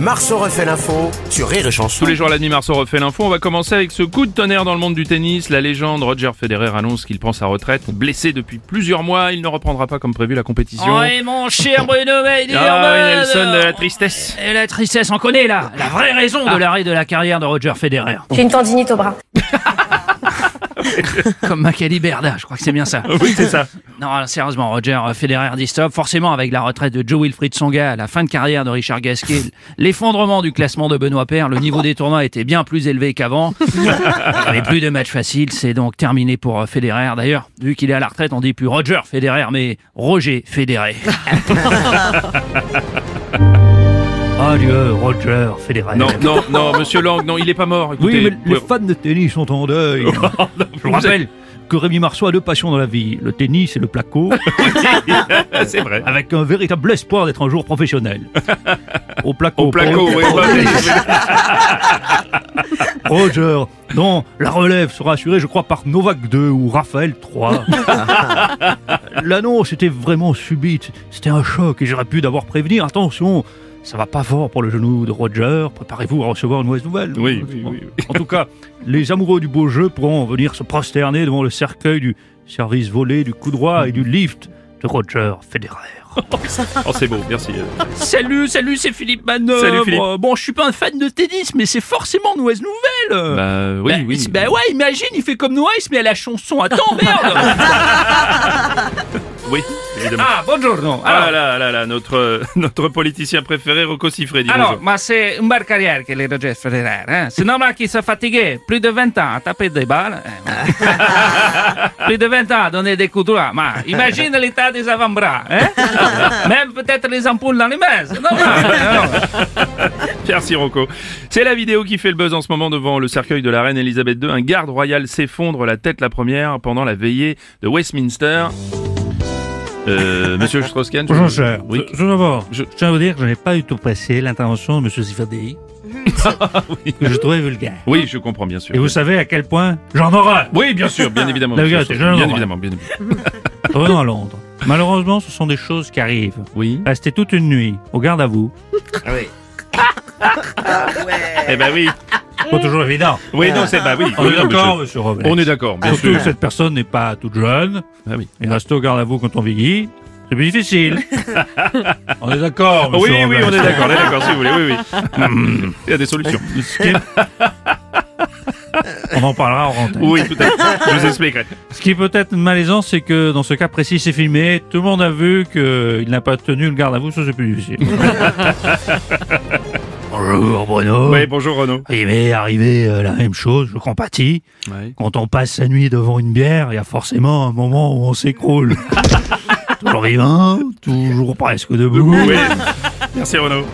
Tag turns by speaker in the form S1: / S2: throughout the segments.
S1: Marceau refait l'info sur Rire et Chanson.
S2: Tous les jours à la demi-mars, on refait l'info. On va commencer avec ce coup de tonnerre dans le monde du tennis. La légende Roger Federer annonce qu'il prend sa retraite. Blessé depuis plusieurs mois, il ne reprendra pas comme prévu la compétition.
S3: Oui, Oh, mon cher Bruno Maidi,
S2: ah oui,
S3: euh,
S2: Nelson,
S3: euh,
S2: de la tristesse. Ah.
S3: Et la tristesse, on connaît là, la vraie raison de l'arrêt de la carrière de Roger Federer.
S4: J'ai une tendinite au bras.
S3: Comme Macali Berda, je crois que c'est bien ça.
S2: Oui, c'est ça.
S3: Non, alors, sérieusement, Roger euh, Federer dit stop. Forcément, avec la retraite de Joe Wilfried Songa, la fin de carrière de Richard Gasquet, l'effondrement du classement de Benoît Paire, le niveau des tournois était bien plus élevé qu'avant. Il n'y avait plus de matchs faciles, c'est donc terminé pour euh, Federer. D'ailleurs, vu qu'il est à la retraite, on dit plus Roger Federer, mais Roger Federer. Adieu, Roger Federer.
S2: Non, non, non, monsieur Lang, non, il est pas mort. Écoutez, Oh,
S5: Oui, mais les
S2: vous-
S5: fans de tennis sont en deuil. Je vous rappelle que Rémi Marceau a deux passions dans la vie, le tennis et le placo,
S2: c'est vrai.
S5: avec un véritable espoir d'être un jour professionnel. Au placo.
S2: Au placo,
S5: pour-
S2: oui, bah,
S5: Roger, non, la relève sera assurée, je crois, par Novak 2 ou Raphaël 3. L'annonce était vraiment subite, c'était un choc et j'aurais pu d'abord prévenir, attention, ça va pas fort pour le genou de Roger, préparez-vous à recevoir une mauvaise nouvelle.
S2: Oui, oui, oui, oui.
S5: En tout cas, les amoureux du beau jeu pourront venir se prosterner devant le cercueil du service volé, du coup droit et
S2: Mhm.
S5: du lift de Roger Federer.
S2: Oh, c'est beau, merci.
S3: Salut, salut, c'est Philippe Manœuvre.
S2: Salut, Philippe.
S3: Euh, Bon, je suis pas un fan de tennis, mais c'est forcément une mauvaise nouvelle. Euh,
S2: Bah, oui,
S3: bah,
S2: oui.
S3: c'est- Bah ouais, imagine, il fait comme Noah, il se met à la chanson. Attends, merde
S2: Oui, évidemment.
S3: Ah, bonjour, non.
S2: Ah
S3: Alors,
S2: là là là, notre, euh, notre politicien préféré, Rocco Siffredi.
S3: alors
S2: bonjour.
S3: bah, c'est une belle carrière que les Roger Federer. Hein. C'est normal qu'il s'est fatigué. Plus de 20 ans à taper des balles. Hein. Plus de 20 ans à donner des coups droits. Bah, imagine l'état des avant-bras. Hein. Même peut-être les ampoules dans les mains. C'est normal. Alors,
S2: Merci Rocco. C'est la vidéo qui fait le buzz en ce moment devant le cercueil de la reine Elisabeth II. Un garde royal s'effondre la tête la première pendant la veillée de Westminster. Euh, monsieur Strauss-Kahn. je-
S5: Bonjour, cher.
S2: Oui.
S5: Tout tout d'abord,
S2: Je-
S5: je... tiens à vous dire que je n'ai pas du tout passé l'intervention de M. Zifferdi, que je trouvais vulgaire.
S2: Oui, je comprends bien sûr.
S5: Et vous savez à quel point j'en horreur
S2: Oui, bien sûr, bien évidemment.
S5: La
S2: monsieur
S5: vérité,
S2: Strauss-Kahn,
S5: je
S2: bien
S5: le
S2: évidemment, bien évidemment.
S5: Revenons à Londres. Malheureusement, ce sont des choses qui arrivent.
S2: Oui.
S5: Restez toute une nuit, au garde à vous.
S2: Eh ben oui.
S5: Pas toujours évident.
S2: Oui, non, c'est bah oui.
S5: On
S2: oui,
S5: est
S2: non,
S5: d'accord,
S2: monsieur.
S5: monsieur Robles.
S2: On est d'accord,
S3: Ah.
S2: bien
S5: Surtout
S2: sûr.
S5: que cette personne n'est pas toute jeune.
S2: Ah oui.
S5: Et rester au garde à vous quand on vieillit, c'est plus difficile. on est d'accord,
S2: Oui,
S5: monsieur
S2: oui,
S5: Robles.
S2: on est d'accord, on est d'accord, si vous voulez, oui, oui. Il y a des solutions.
S5: Ce qui est- On en parlera en rentrée.
S2: Oui, tout à fait. Je vous expliquerai.
S5: Ce qui peut être malaisant, c'est que dans ce cas précis, c'est filmé. Tout le monde a vu qu'il n'a pas tenu le garde à vous, ça c'est plus difficile. Bonjour Bruno.
S2: Oui, bonjour Renaud.
S5: Il m'est arrivé euh, la même chose, je compatis. Quand on passe la nuit devant une bière, il y a forcément un moment où on s'écroule. toujours vivant, toujours presque debout.
S2: Oui. Merci Renaud.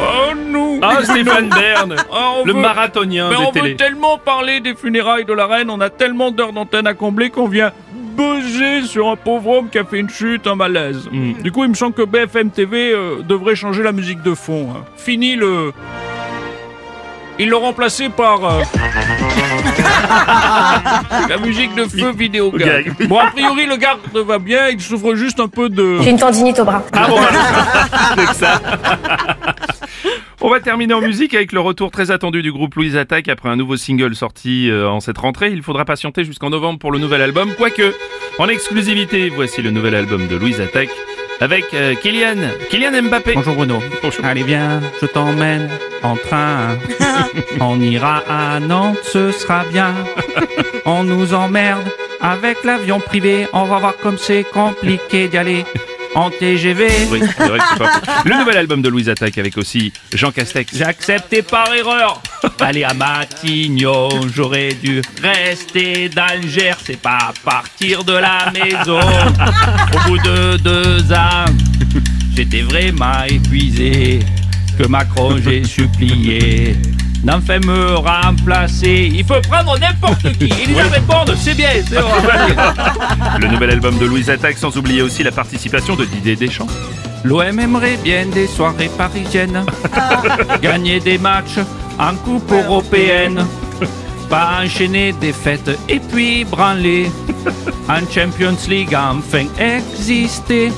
S3: oh non
S2: Ah, Stéphane Bern,
S3: Oh, on
S2: le
S3: veut-
S2: marathonien
S3: Mais
S2: des
S3: on
S2: télés.
S3: veut tellement parler des funérailles de la reine, on a tellement d'heures d'antenne à combler qu'on vient buzzer sur un pauvre homme qui a fait une chute, un malaise.
S2: Mm.
S3: Du coup, il me semble que BFM TV euh, devrait changer la musique de fond. hein. Fini le... Ils l'ont remplacé par... euh, la musique de feu vidéo gag.
S2: Gag.
S3: Bon, a priori, le garde va bien, il souffre juste un peu de...
S4: J'ai une tendinite au bras.
S2: Ah bon, alors, c'est que ça. On va terminer en musique avec le retour très attendu du groupe Louise Attaque après un nouveau single sorti euh, en cette rentrée. Il faudra patienter jusqu'en novembre pour le nouvel album, quoique en exclusivité, voici le nouvel album de Louise Attaque avec euh, Kylian, Kylian Mbappé.
S3: Bonjour Bruno.
S2: Bonjour.
S3: Allez viens, je t'emmène en train. On ira à Nantes, ce sera bien. On nous emmerde avec l'avion privé. On va voir comme c'est compliqué d'y aller en TGV.
S2: Oui, c'est vrai que c'est pas faux. Le nouvel album de Louise Attaque avec aussi Jean Castex.
S3: J'ai accepté par erreur. Aller à Matignon, j'aurais dû rester d'Alger. C'est pas partir de la maison. Au bout de deux ans, j'étais vraiment épuisé. Que Macron, j'ai supplié. N'en fait me remplacer. Il peut prendre n'importe qui. Elisabeth Borne, c'est bien, c'est vrai.
S2: Le nouvel album de Louise Attaque sans oublier aussi la participation de Didier Deschamps.
S3: L'OM aimerait bien des soirées parisiennes, gagner des matchs en coupe européenne. Pas enchaîner des fêtes et puis branler. En Champions League, enfin exister.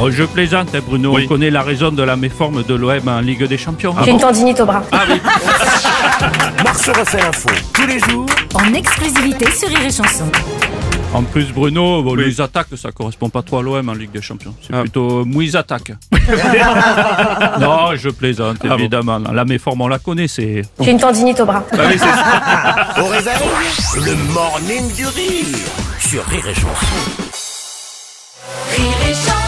S3: Oh, je plaisante, hein, Bruno.
S2: Oui. Ah
S3: On connaît la raison de la méforme de l'OM en Ligue des Champions.
S4: J'ai une tendinite au bras.
S1: Marceau refait l'info tous les jours
S6: En exclusivité sur Rire et Chanson.
S3: En plus, Bruno, bon,
S2: Oui.
S3: les attaques, ça correspond pas trop à l'OM en Ligue des Champions. C'est
S2: Ah.
S3: plutôt mouise attaque. non, je plaisante,
S2: bon.
S3: Ah évidemment. La méforme, on la connaît, c'est...
S4: J'ai une tendinite au bras.
S1: au réveil. Le morning du rire sur Rire et Chanson.
S6: Rire et Chanson.